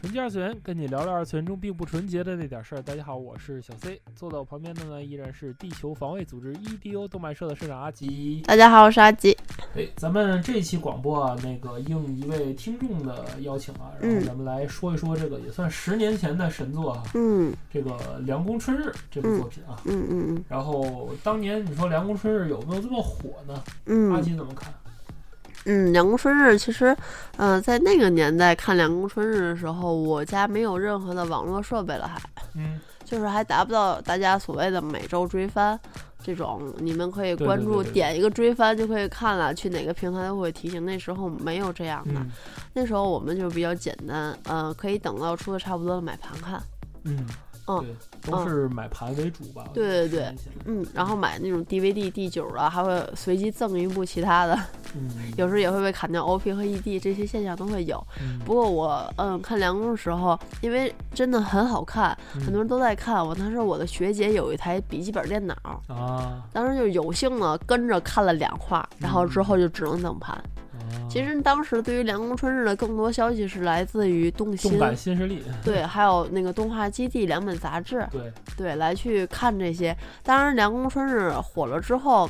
纯洁二次元，跟你聊聊二次元中并不纯洁的那点事儿。大家好，我是小 C，坐在我旁边的呢依然是地球防卫组织 EDO 动漫社的社长阿吉。大家好，我是阿吉。哎，咱们这一期广播啊，那个应一位听众的邀请啊，然后嗯咱们来说一说这个也算十年前的神作哈、嗯这个《凉宫春日》这部嗯作品啊。嗯嗯然后当年你说《凉宫春日》有没有这么火呢？阿嗯吉怎么看？嗯，凉宫春日其实，嗯、在那个年代看凉宫春日的时候，我家没有任何的网络设备了还，嗯，就是还达不到大家所谓的每周追番这种。你们可以对关对注对对点一个追番就可以看了，去哪个平台都会提醒。那时候没有这样的，嗯那时候我们就比较简单，嗯、可以等到出的差不多了买盘看。嗯，嗯对，都是买盘为主吧？我觉得对对十年前，嗯，然后买那种 DVD 第九啊，还会随机赠一部其他的。嗯，有时候也会被砍掉 OP 和 ED，这些现象都会有。嗯不过我嗯看梁工的时候，因为真的很好看，嗯很多人都在看。我当时我的学姐有一台笔记本电脑，嗯啊，当时就有幸呢跟着看了两话，然后之后就只能等盘。啊其实当时对于梁工春日的更多消息是来自于动动心。感新势力，对，还有那个动画基地两本杂志，对，对，来去看这些。当然，《凉宫春日》火了之后，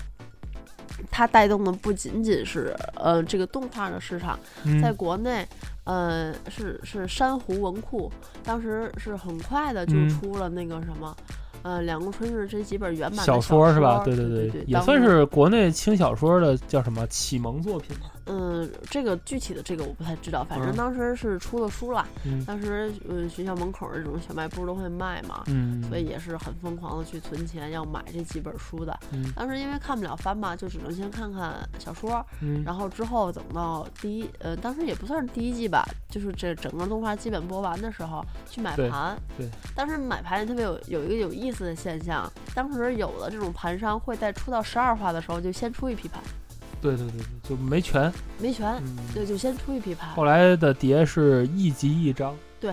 它带动的不仅仅是呃这个动画的市场，嗯在国内，呃是是珊瑚文库，当时是很快的就嗯出了那个什么，呃《凉宫春日》这几本原版的小说是吧？对对对对，也当算时是国内轻小说的叫什么启蒙作品吧。嗯、这个具体的这个我不太知道，反正嗯当时是出了书了，嗯当时嗯、呃学校门口儿这种小卖部都会卖嘛，嗯，所以也是很疯狂的去存钱要买这几本书的。嗯当时因为看不了番嘛，就只能先看看小说，嗯然后之后等到第一，呃，当时也不算是第一季吧，就是这整个动画基本播完的时候去买对盘。对当时买盘也特别有有一个有意思的现象，当时有的这种盘商会在出到十二话的时候就先出一批盘，对对对对，就没全。没全，嗯，哦就就先出一批盘。后来的碟是一集一张。对。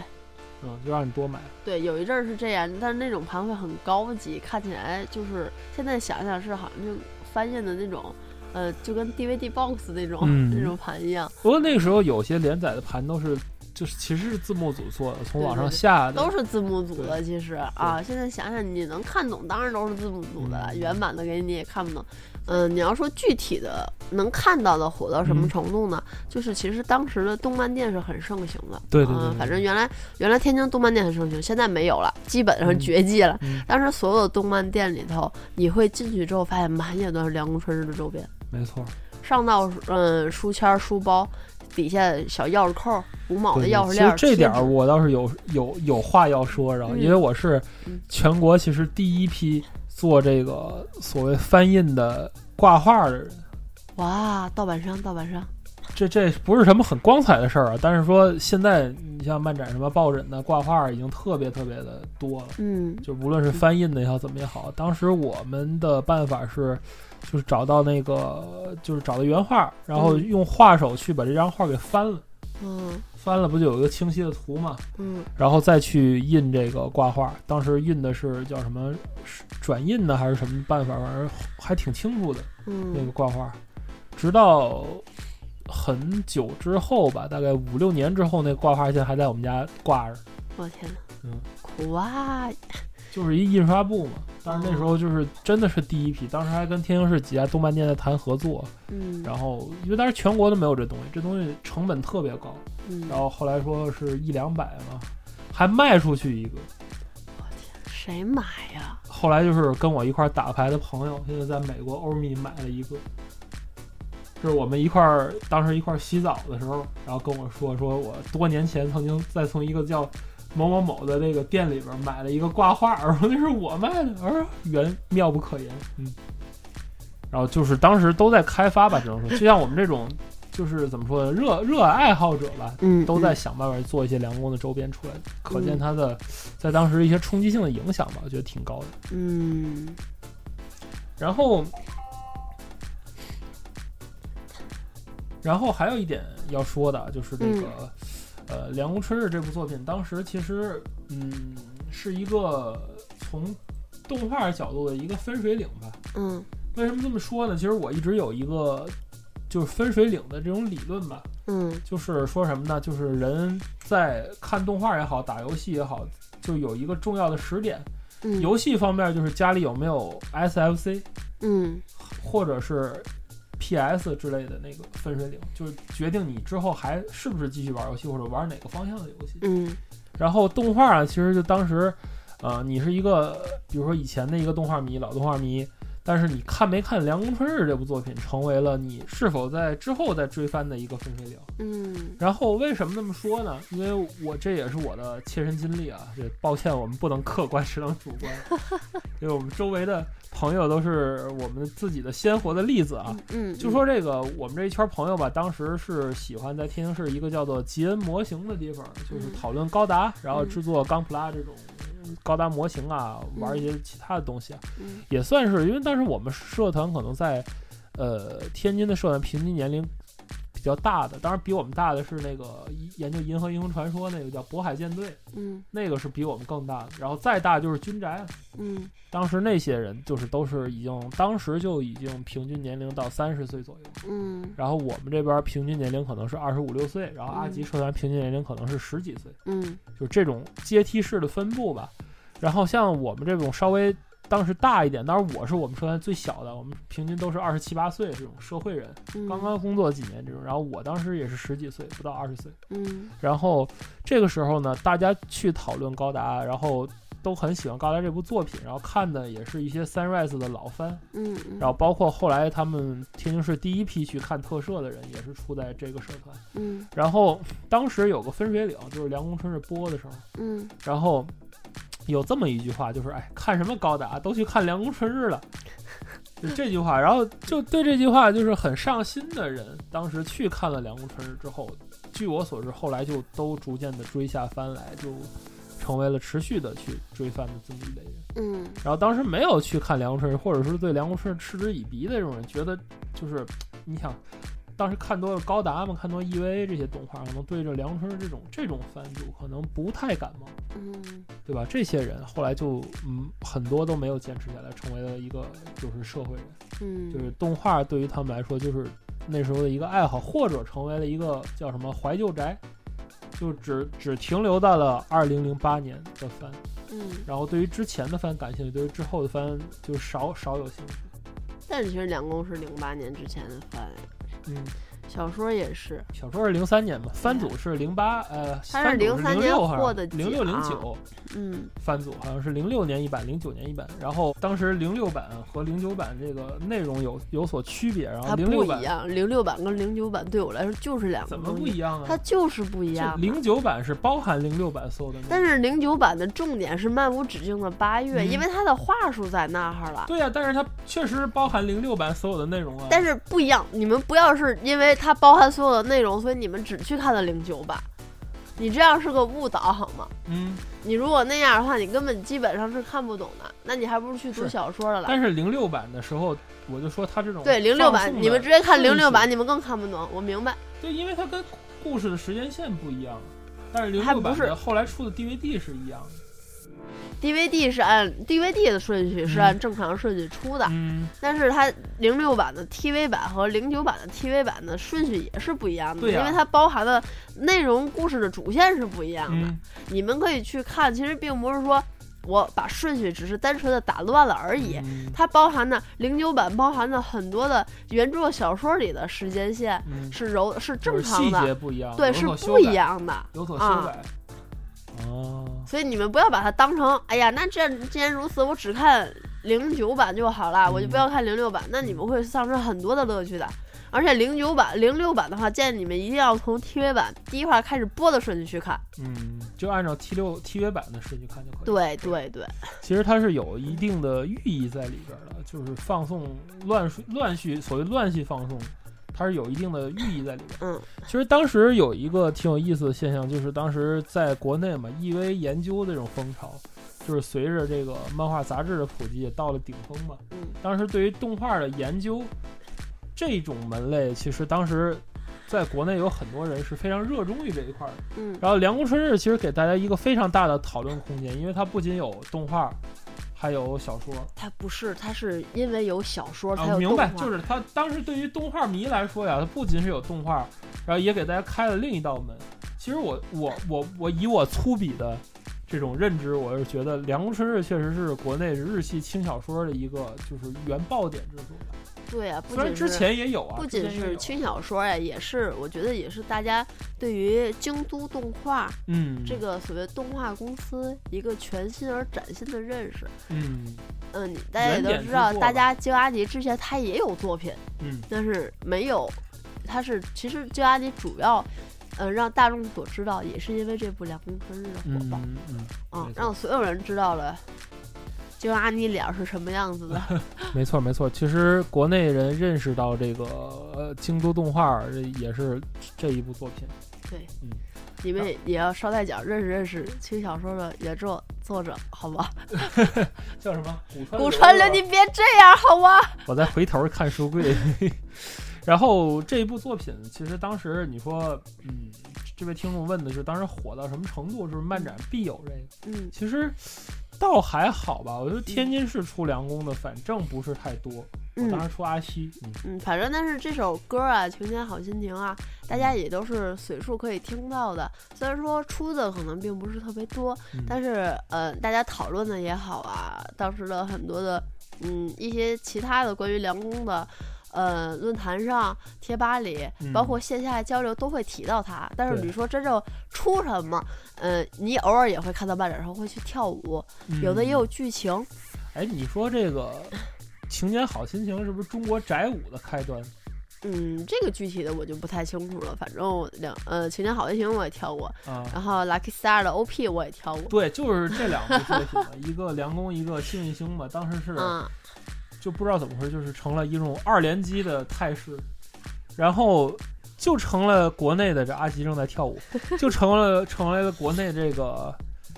嗯，就让你多买。对，有一阵儿是这样，但是那种盘会很高级，看起来就是现在想想是好像就翻印的那种，呃，就跟 DVD box 那种、嗯那种盘一样，不过那个时候有些连载的盘都是，就是其实是字幕组做的，从对网对上对下的。都是字幕组的。其实啊，现在想想你能看懂，当然都是字幕组的了，嗯原版的给你也看不懂。嗯、你要说具体的能看到的火到什么嗯程度呢？就是其实当时的动漫店是很盛行的，对对对嗯对反正原来原来天津动漫店很盛行，现在没有了，基本上嗯绝迹了。嗯，当时所有的动漫店里头，你会进去之后发现满眼都是凉宫春日的周边，没错。上到嗯书签儿、书包，底下小钥匙扣儿、五毛的对钥匙其链实儿。这点贴儿纸我倒是有有有话要说，然后嗯因为我是嗯全国其实第一批做这个所谓翻印的挂画的人，哇，盗版商，盗版商，这这不是什么很光彩的事儿啊，但是说现在你像漫展什么抱枕的挂画已经特别特别的多了，嗯就无论是翻印的也好怎么也好，当时我们的办法是。就是找到那个，就是找到原画，然后嗯用画手去把这张画给翻了，嗯翻了不就有一个清晰的图嘛？嗯然后再去印这个挂画。当时印的是叫什么是转印呢，还是什么办法？反正还挺清楚的那个嗯挂画。直到很久之后吧，大概五六年之后，那个挂画现在还在我们家挂着，我天呐，嗯苦啊！就是一印刷部嘛。但是那时候就是真的是第一批，当时还跟天津市几家动漫店在谈合作，嗯，然后因为当时全国都没有这东西，这东西成本特别高，嗯，然后后来说是一两百嘛，还卖出去一个，谁买啊呀？后来就是跟我一块儿打牌的朋友，现在在美国欧米买了一个，就是我们一块儿当时一块儿洗澡的时候，然后跟我说，说我多年前曾经在从一个叫某某某的这个店里边买了一个挂画， 我说那是我卖的，我说啊原妙不可言，嗯。然后就是当时都在开发吧，只能说，就像我们这种就是怎么说呢，热热爱好者吧，嗯，都在嗯想办法做一些梁工的周边出来，可见嗯它的在当时一些冲击性的影响吧，我觉得挺高的。嗯，然后，然后还有一点要说的啊，就是这个，呃，《凉宫春日》这部作品，当时其实，嗯，是一个从动画角度的一个分水岭吧。嗯为什么这么说呢？其实我一直有一个就是分水岭的这种理论吧，嗯就是说什么呢？就是人在看动画也好，打游戏也好，就有一个重要的时点。嗯，游戏方面就是家里有没有 SFC。嗯或者是 PS 之类的那个分水岭，就是决定你之后还是不是继续玩游戏或者玩哪个方向的游戏。嗯然后动画啊，其实就当时，呃，你是一个比如说以前的一个动画迷，老动画迷，但是你看没看《凉宫春日》这部作品，成为了你是否在之后再追番的一个分水岭。嗯然后为什么这么说呢？因为我这也是我的切身经历啊，这抱歉，我们不能客观，只能主观， 因为我们周围的朋友都是我们自己的鲜活的例子啊。嗯，就说这个，我们这一圈朋友吧，当时是喜欢在天津市一个叫做吉恩模型的地方，就是讨论高达，然后制作钢普拉这种高达模型啊，玩一些其他的东西啊，嗯也算是因为当时我们社团可能在，呃，天津的社团平均年龄比较大的，当然比我们大的是那个一研究银河英雄传说那个叫渤海舰队，嗯那个是比我们更大的，然后再大就是军宅了。啊嗯当时那些人就是都是已经，当时就已经平均年龄到三十岁左右，嗯然后我们这边平均年龄可能是二十五六岁，然后阿吉社团平均年龄可能是十几岁，嗯就是这种阶梯式的分布吧。然后像我们这种稍微当时大一点，当然我是我们社团最小的，我们平均都是二十七八岁这种社会人，嗯，刚刚工作几年这种。然后我当时也是十几岁，不到二十岁。嗯然后这个时候呢，大家去讨论高达，然后都很喜欢高达这部作品，然后看的也是一些 Sunrise 的老番，嗯，然后包括后来他们天津市第一批去看特摄的人，也是出在这个社团。嗯然后当时有个分水岭，就是梁公春日播的时候，嗯然后有这么一句话，就是哎，看什么高达都去看梁公春日了。就这句话，然后就对这句话就是很上心的人，当时去看了《梁公春日》之后，据我所知，后来就都逐渐的追下番来，就成为了持续的去追番的这么一类人。嗯然后当时没有去看《梁公春日》，或者是对《梁公春日》嗤之以鼻的这种人，觉得就是你想，当时看多了高达嘛，看多 EVA 这些动画，可能对着《梁公春日》这种这种番主可能不太感冒，嗯对吧？这些人后来就嗯很多都没有坚持下来，成为了一个就是社会人，嗯，就是动画对于他们来说就是那时候的一个爱好，或者成为了一个叫什么怀旧宅，就只只停留到了二零零八年的番。嗯。然后对于之前的番感兴趣，对于之后的番就少少有兴趣。但是其实梁公是零八年之前的番，嗯，小说也是，小说是零三年嘛，番组是零八呃，他是番组03零年六获的奖啊零六零九嗯番组好像是零六年一版，零九年一版。然后当时零六版和零九版这个内容有有所区别，然后它啊零六不版一样，零六版跟零九版对我来说就是两个怎么东不西，一样它啊？就是不一样。零九版是包含零六版所有的内容，但是零九版的重点是漫无止境的八月，嗯因为它的话术在那儿了。对呀、但是它确实包含零六版所有的内容啊。但是不一样，你们不要是因为它包含所有的内容，所以你们只去看了零九版，你这样是个误导好吗？嗯，你如果那样的话，你根本基本上是看不懂的，那你还不如去读是小说的了。但是零六版的时候，我就说它这种对零六版放，送你的们直接看顺零六序版，你们更看不懂。我明白，对，因为它跟故事的时间线不一样，但是零还六不版是的后来出的 DVD 是一样的。 DVD 是按 DVD 的顺序是嗯按正常顺序出的，嗯，但是它零六版的 TV 版和零九版的 TV 版的顺序也是不一样的，对啊呀因为它包含的内容、故事的主线是不一样的。嗯你们可以去看，其实并不是说我把顺序只是单纯的打乱了而已。嗯它包含的零九版包含的很多的原著小说里的时间线嗯，是柔是正就是常细的，节不一样，对，有是所修不一改，样的。有所啊修改。哦，所以你们不要把它当成，哎呀，那这样既然如此，我只看零九版就好了，我就不要看零六版，那你们会丧失很多的乐趣的。而且零九版、零六版的话，建议你们一定要从 TV 版第一话开始播的顺序去看。嗯，就按照 T 六 TV 版的顺序看就可以。，对对对，其实它是有一定的寓意在里边儿的，就是放送乱序乱序，所谓乱序放送。它是有一定的寓意在里面。嗯，其实当时有一个挺有意思的现象，就是当时在国内嘛，EV 研究的这种风潮，就是随着这个漫画杂志的普及也到了顶峰嘛。嗯当时对于动画的研究这种门类，其实当时在国内有很多人是非常热衷于这一块儿的。嗯然后《凉宫春日》其实给大家一个非常大的讨论空间，因为它不仅有动画，还有小说。它不是，它是因为有小说才啊，有明动白，画。就是它当时对于动画迷来说呀，它不仅是有动画，然后也给大家开了另一道门。其实我我我我以我粗鄙的这种认知，我是觉得《凉宫春日》确实是国内日系轻小说的一个就是原爆点之作。对啊，不虽然仅之是前也有啊，不之仅前也是有轻小说呀，也是我觉得也是大家对于京都动画嗯这个所谓动画公司一个全新而崭新的认识。嗯嗯，你大家也原都点知之道，作大吧家京阿迪之前他也有作品，嗯但是没有，他是其实京阿迪主要。嗯，让大众所知道，也是因为这部《两宫春日》的火嗯爆嗯嗯，啊、没错让所有人知道了京阿尼脸儿是什么样 子的。没错没错。其实国内人认识到这个呃京都动画，这也是这一部作品。嗯你们也也要捎带脚认识认识轻小说的原作作者，好吗？叫什么？古川古川流，流啊你别这样，好吗？我再回头看书柜。 然后这一部作品，其实当时你说，嗯，这位听众问的是当时火到什么程度，就是漫展必有这个，嗯其实倒还好吧。我觉得天津市出凉宫的反正不是太多，我当嗯时出阿西，嗯嗯，反正但是这首歌啊，《晴天好心情》啊，大家也都是随处可以听到的。虽然说出的可能并不是特别多，嗯但是呃，大家讨论的也好啊，当时的很多的嗯一些其他的关于梁工的。呃，论坛上、贴吧里，嗯包括线下交流都会提到他。但是嗯对你说真正出什么，呃，你偶尔也会看到漫展上会去跳舞，有的也有剧情，嗯哎，你说这个“晴年好心情”是不是中国宅舞的开端？嗯，这个具体的我就不太清楚了。反正我两呃，《晴天好心情》我也跳过，啊，然后《Lucky Star》的 OP 我也跳过。对，就是这两部作品嘛，一个梁公，一个幸运星嘛。当时是嗯，就不知道怎么回事，就是成了一种二连击的态势，然后就成了国内的这阿吉正在跳 舞，就成了成为了国内这个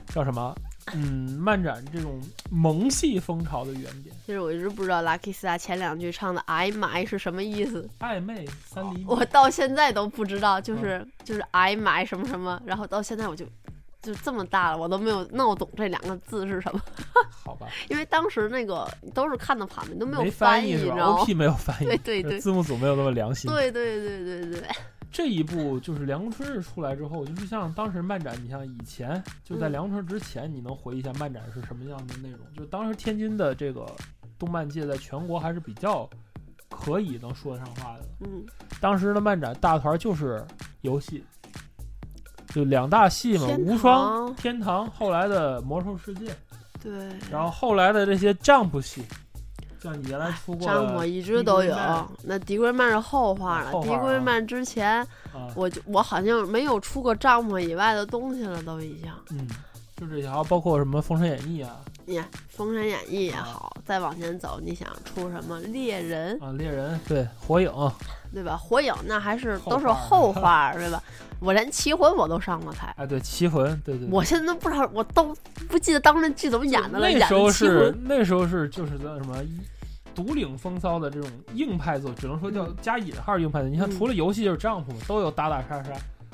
叫什么？嗯，漫展这种萌系风潮的原点，其实我一直不知道《Lucky Star》前两句唱的“哎妈哎”是什么意思，暧昧三厘米。我到现在都不知道。就是嗯就是“哎妈哎”什么什么，然后到现在我就。就这么大了，我都没有闹懂这两个字是什么， 好吧，因为当时那个都是看的盘面，都没有翻译，是你吧知道吗？ ？OP 没有翻译，对对对字幕组没有那么良心。对对对对对，这一部就是《凉宫春日》出来之后，就是像当时漫展，你像以前就是在《嗯凉宫春日》之前，你能回忆一下漫展是什么样的内容？就当时天津的这个动漫界在全国还是比较可以能说得上话的。嗯当时的漫展大团就是游戏，就两大系嘛，天无双、堂天堂，后来的魔兽世界，对，然后后来的这些 Jump 系，像你原来出过的詹姆我一直都有 Digimon。那迪龟曼是后话啊了，后话迪啊龟曼之前啊，我就我好像没有出过帐篷以外的东西了，都已经。嗯，就这些，还有包括什么《封神演义》啊。你看《封神演义》也好，再往前走，你想出什么猎人，啊，猎人对火影，对吧？火影那还是后话都是后话，对吧？我连棋魂我都上过台，哎，对棋魂，对对。对我现在都不知道，我都不记得当时剧怎么演的了。那时候演的棋是魂那时候是就是叫什么独领风骚的这种硬派作，只能说叫加引号硬派的。你看，嗯除了游戏就是丈夫都有打打杀杀，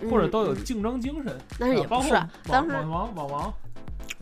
或者都有嗯嗯竞争精神。但是啊也包不括是啊，当网时网王网王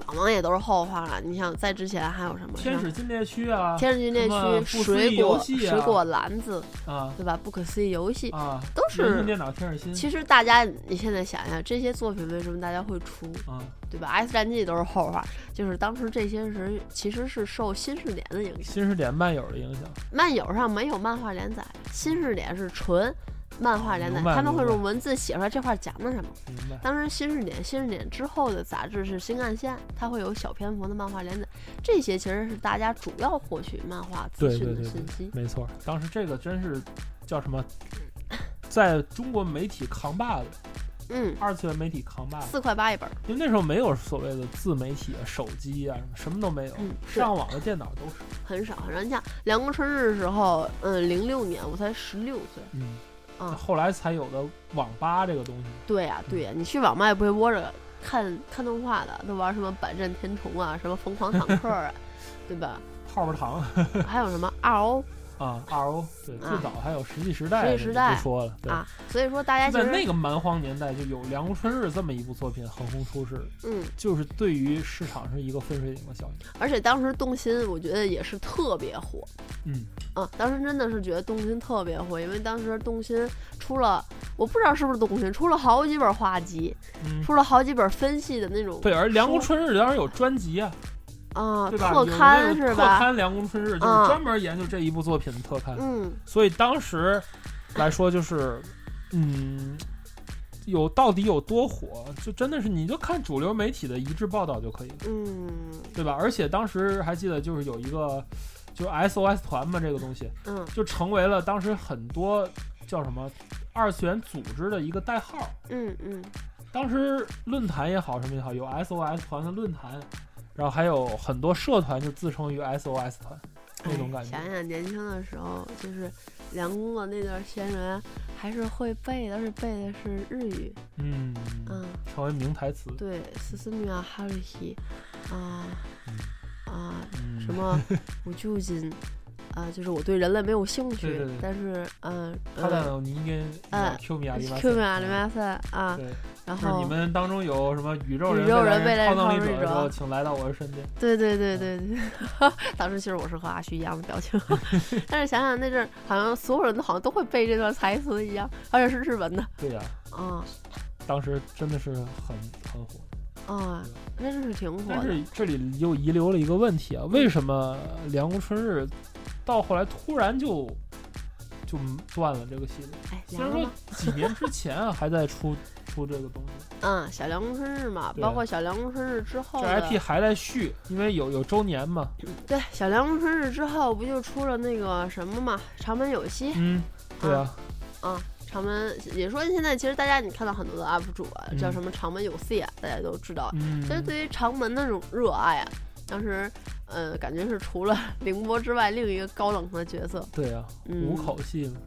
网王也都是后话了。你想在之前还有什么？天使禁猎区啊天使军什猎么区、不思议水游果、戏啊水果篮子，啊对吧？不可思议游戏啊，都人性是。电脑天使心其实大家，你现在想想，这些作品为什么大家会出，啊，对吧？X 战记都是后话，就是当时这些人其实是受新视点的影响。新视点漫友的影响。漫友上没有漫画连载，新视点是纯漫画连载明，白他们会明白用文字写出来这块讲的什么。明白。当时新视点、新视点之后的杂志是新干线，它会有小篇幅的漫画连载，这些其实是大家主要获取漫画资对对讯对的对信息。没错，当时这个真是叫什么，在中国媒体扛把子，嗯，二次元媒体扛把子。四块八一本儿。因为那时候没有所谓的自媒体啊、手机啊，什么都没有，嗯是上网的电脑都是。很少很少。你想，梁公春日的时候，嗯，零六年我才十六岁，嗯，嗯后来才有的网吧这个东西。对呀、对呀、啊你去网吧也不会窝着看看动画的，都玩什么百战天虫啊，什么疯狂坦克 啊，对吧？泡泡糖还有什么哦 RO 啊，RO 对，啊最早还有石器时代，石器时代不说了，对，啊，所以说大家就其在实那个蛮荒年代就有《凉宫春日》这么一部作品横空出世，嗯，就是对于市场是一个分水岭的效应。而且当时动心，我觉得也是特别火。嗯，啊，当时真的是觉得动心特别火，因为当时动心出了，我不知道是不是动心，出了好几本画集，嗯，出了好几本分析的那种对，而《凉宫书春日》当时有专辑啊，啊对吧？特刊有那个特是吧？刊《凉宫春日》就啊是专门研究这一部作品的特刊。嗯，所以当时来说就是，嗯，有到底有多火，就真的是你就看主流媒体的一致报道就可以了，嗯对吧？而且当时还记得就是有一个，就是 SOS 团嘛，这个东西嗯就成为了当时很多叫什么二次元组织的一个代号。嗯嗯当时论坛也好，什么也好，有 SOS 团的论坛，然后还有很多社团就自称于 SOS 团那种感觉。想想年轻的时候，就是梁工的那段闲人，还是会背的，而且背的是日语。嗯，嗯，成为名台词。对，斯斯米亚哈里希，啊啊，嗯，什么 无救金，啊、就是我对人类没有兴趣，对对对但是嗯，他在呢，你应该嗯呃 Q 米亚里马嗯 Q 米亚里马赛啊，对，然就是你后们当中有什么宇宙人、宇宙人未来未来人超能力超能力者的时候，者请来到我的身边。对对对对对，嗯 当时其实我是和阿虚一样的表情， 但是想想那阵儿好像所有人都好像都会背这段台词一样，而且是日文的，对呀、啊当时真的是很很火，啊，那真是挺火但的，是这里又遗留了一个问题啊，为什么凉宫春日到后来突然就就断了这个系列？哎，虽然凉说了吗？几年之前啊还在出出这个东西，嗯，小凉宫春日嘛，对包括小凉宫春日之后这的 IP 还在续，因为有有周年嘛。对，小凉宫春日之后不就出了那个什么嘛，长门有希，嗯，对啊，啊，长门也说现在其实大家你看到很多的 UP 主啊，叫嗯什么长门有 C 啊，大家都知道。嗯，其实对于长门的那种热爱啊，当时，呃，感觉是除了 凌波之外另一个高冷的角色。对啊，嗯五口戏嘛。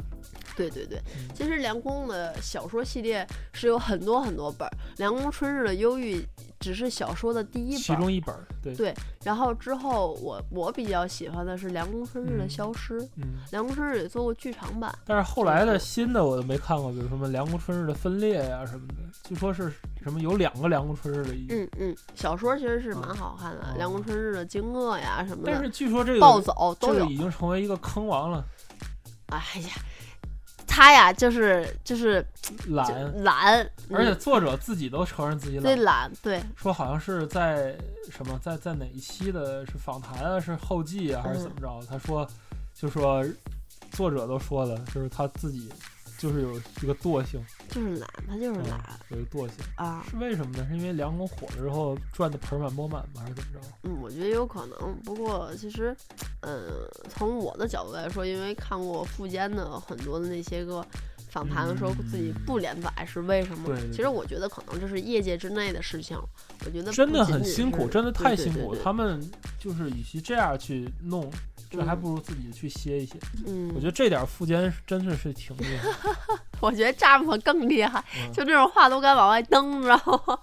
对对对，嗯其实梁公的小说系列是有很多很多本儿，《梁公春日的忧郁》只是小说的第一其本儿，中一本儿，对，对然后之后我我比较喜欢的是《梁公春日的嗯消失》，嗯，梁公春日也做过剧场版，但是后来的新的我都没看过，比如什么《凉宫春日》的分裂呀、什么的，据说是什么有两个《凉宫春日》的已经，嗯嗯，小说其实是蛮嗯好看的，哦梁公春日的惊愕》呀什么但的是，据说这暴个走这都个有。已经成为一个坑王了，哎呀，他呀就是就是就懒，懒，而且嗯作者自己都承认自己最懒，懒，嗯对，说好像是在什么在在哪一期的是访谈啊，是后记啊还是怎么着？他说就说作者都说了，就是他自己就是有一个惰性，就是懒，他就是嗯懒、有一个惰性。啊。是为什么呢？是因为梁公火了之后赚的盆满钵满吗？还是怎么着？嗯，我觉得有可能，不过其实，嗯，从我的角度来说，因为看过富坚的很多的那些个。访谈说自己不连载是为什么？嗯对对其实我觉得可能这是业界之内的事情，我觉得真不的仅很仅辛苦，是真的对太对辛对苦。对他们就是与其这样去弄，这还嗯不如自己去歇一歇。嗯，我觉得这点富坚是真的是挺厉害的。我觉得扎姆更厉害，嗯 就这种话都敢往外蹬，知道吗？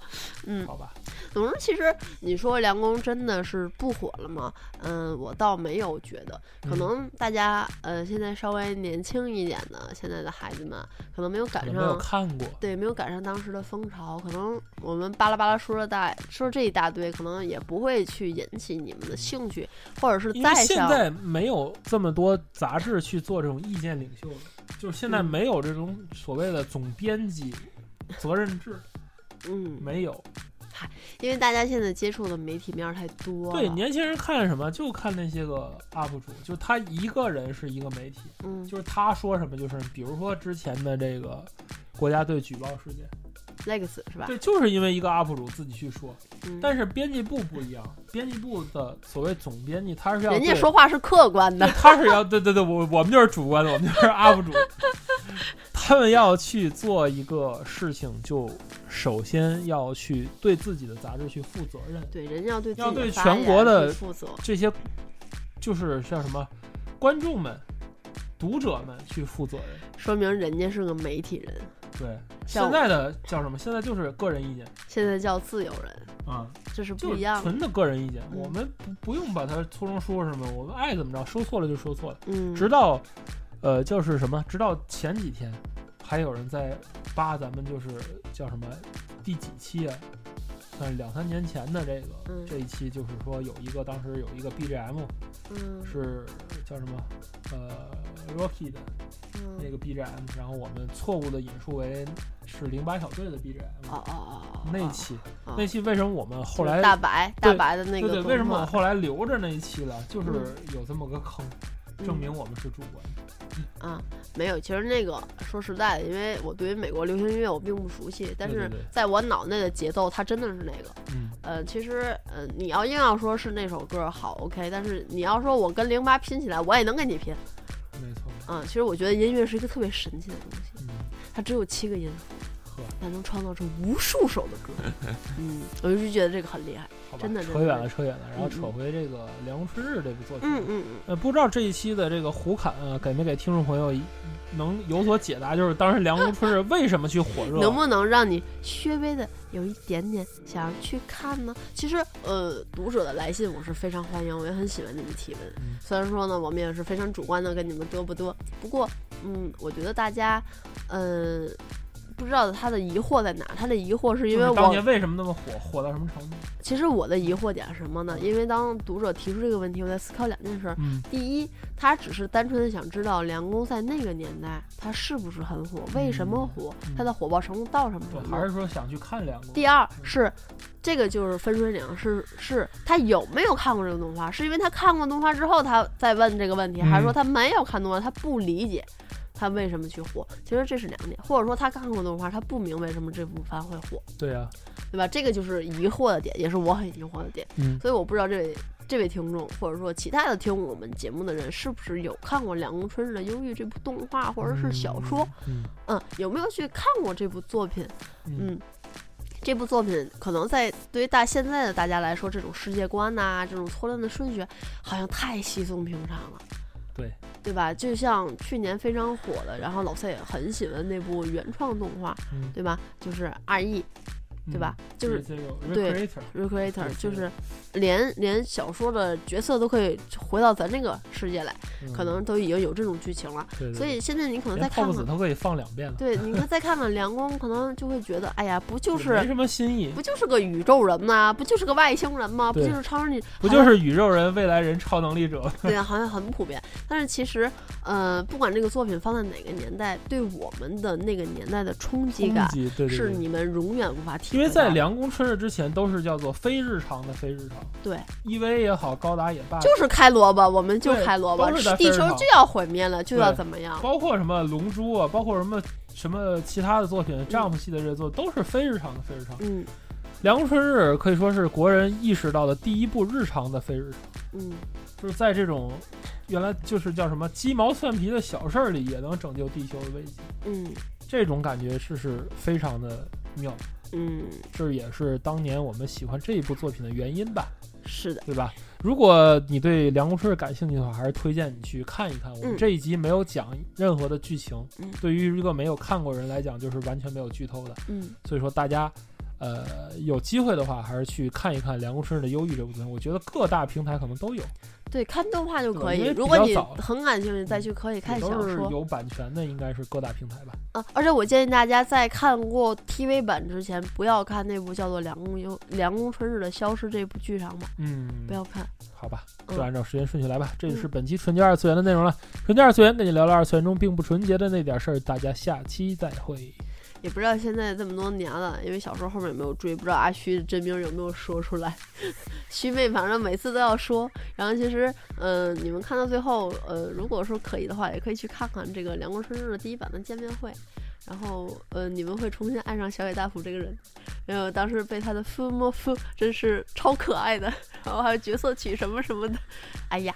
嗯，好吧，总之，其实你说梁工真的是不火了吗？嗯，我倒没有觉得，可嗯能大家呃现在稍微年轻一点的现在的孩子们，可能没有可赶能没有上。看过。对，没有赶上当时的风潮，可能我们巴拉巴拉说了大说这一大堆，可能也不会去引起你们的兴趣，或者是因为再现想在没有这么多杂志去做这种意见领袖了，就是现在嗯没有这种所谓的总编辑、责任制，嗯，没有。因为大家现在接触的媒体面儿太多了，对，年轻人看什么就看那些个 UP 主，就他一个人是一个媒体，嗯，就是他说什么就是，比如说之前的这个国家队举报事件， Legacy 是吧？对，就是因为一个 UP 主自己去说，嗯但是编辑部不一样，编辑部的所谓总编辑他是要人家对说话是客观的对，他是要对对对，我我们就是主观的，我们就是 UP 主， 他们要去做一个事情，就首先要去对自己的杂志去负责任，对，人家要对自要己的对发全言国的去负责，这些就是像什么观众们读者们去负责任。说明人家是个媒体人，对，像现在的叫什么？现在就是个人意见现在叫自由人，啊，这是就不是一样的。纯的个人意见，嗯我们不不用把它粗中说什么，我们爱怎么着，说错了就说错了。嗯，直到，呃，就是什么？直到前几天，还有人在扒咱们，就是叫什么第几期啊？但是两三年前的这个、嗯这一期，就是说有一个当时有一个 BGM 嗯是叫什么？呃，Rocky 的嗯那个 BGM，然后我们错误的引述为是零八小队的 BGM。哦哦哦哦，那哦期，哦那期为什么我们后就是来大白大对白的那对个对，动画，为什么我后来留着那一期了？就是嗯有这么个坑，嗯证明我们是主观。啊，没有，其实那个说实在的，因为我对于美国流行音乐我并不熟悉，但对对是对在我脑内的节奏，它真的是那个。嗯，呃，其实，呃，你要硬要说是那首歌好，OK，但是你要说我跟零八拼起来，我也能跟你拼。没错。嗯，其实我觉得音乐是一个特别神奇的东西，嗯，它只有七个音符呵，但能创造出无数首的歌。嗯，我一直觉得这个很厉害。好吧真的扯真的远了，扯远了，然后嗯扯嗯回这个《凉宫春日》这部作品。嗯嗯嗯，呃，不知道这一期的这个胡侃啊，给没给听众朋友一能有所解答？就是当时《凉宫春日》为什么去 火热？嗯能不能让你稍微的有一点点想要去看呢？其实，呃，读者的来信我是非常欢迎，我也很喜欢你们提问嗯。虽然说呢，我们也是非常主观的跟你们嘚不嘚，不过，嗯，我觉得大家，嗯、不知道他的疑惑在哪？他的疑惑是因为就是当我年为什么那么火？火到什么程度？其实我的疑惑点是什么呢？因为当读者提出这个问题，我在思考两件事儿。嗯第一，他只是单纯的想知道梁公在那个年代他是不是很火，为什么火嗯，他的火爆程度到什么我程度还。是说想去看《凉宫》。第二是，这个就是分水岭，是是他有没有看过这个动画？是因为他看过动画之后，他再问这个问题，还是说嗯他没有看动画，他不理解他为什么去火？其实这是两点，或者说他看过动画，他不明白为什么这部番会火，对啊，对吧？这个就是疑惑的点，也是我很疑惑的点。嗯，所以我不知道这位这位听众，或者说其他的听我们节目的人，是不是有看过《两宫春日的忧郁》这部动画或者是小说？嗯。嗯，有没有去看过这部作品？嗯嗯，这部作品可能在对于大现在的大家来说，这种世界观呐、这种错乱的顺序，好像太稀松平常了。对，对吧？就像去年非常火的，然后老蔡也很喜欢那部原创动画，嗯对吧？就是二 E，嗯对吧？就就是这个对 recreator， Recreator，对就是对连连小说的角色都可以回到咱这个世界来，可能都已经有这种剧情了。嗯对对所以现在你可能连再看 pose 看，都可以放两遍了，对， 你看再看看梁公，可能就会觉得，哎呀，不就没是什么新意，不就是个宇宙人吗？不就是个外星人吗？不对就是超人里？不好像就是宇宙人、未来人、超能力 者？对啊，好像很普遍。但是其实，呃，不管这个作品放在哪个年代，对我们的那个年代的冲击攻感，击，对对对，是你们永远无法体因会为到的。在凉宫春日之前都是叫做非日常的非日常，对，EV 也好，高达也罢，就是开萝卜，我们就对开萝卜都是在，地分球上就要毁灭了，就要对怎么样？包括什么龙珠啊，包括什么什么其他的作品，Jump 系的这些作都是非日常的非日常。嗯凉宫春日可以说是国人意识到的第一部日常的非日常，嗯就是在这种原来就是叫什么鸡毛蒜皮的小事儿里也能拯救地球的危机，嗯这种感觉是是非常的妙，嗯，这也是当年我们喜欢这一部作品的原因吧。是的，对吧？如果你对《凉宫春日》感兴趣的话，还是推荐你去看一看。我们嗯这一集没有讲任何的剧情，嗯对于一个没有看过人来讲，就是完全没有剧透的。嗯所以说，大家呃有机会的话，还是去看一看《凉宫春日的忧郁》这部作品。我觉得各大平台可能都有，对，看动画就对可因以。为如比果较你早很感兴趣，再去可以看也小都是说有版权的，应该是各大平台吧。啊。而且我建议大家在看过 TV 版之前，不要看那部叫做《凉宫幽凉宫春日的消失》这部剧场版，嗯不，要看。好吧，嗯就按照时间顺序来吧。这就是本期纯洁二次元的内容了。纯洁二次元跟你聊聊二次元中并不纯洁的那点事儿，大家下期再会。也不知道现在这么多年了，因为小时候后面也没有追，不知道阿虚的真名有没有说出来。 虚妹反正每次都要说，然后其实，呃，你们看到最后，呃，如果说可以的话，也可以去看看这个《凉宫春日》的第一版的见面会，然后，呃，你们会重新爱上小野大辅这个人。然后当时被他的父母父真是超可爱的，然后还有角色曲什么什么的，哎呀，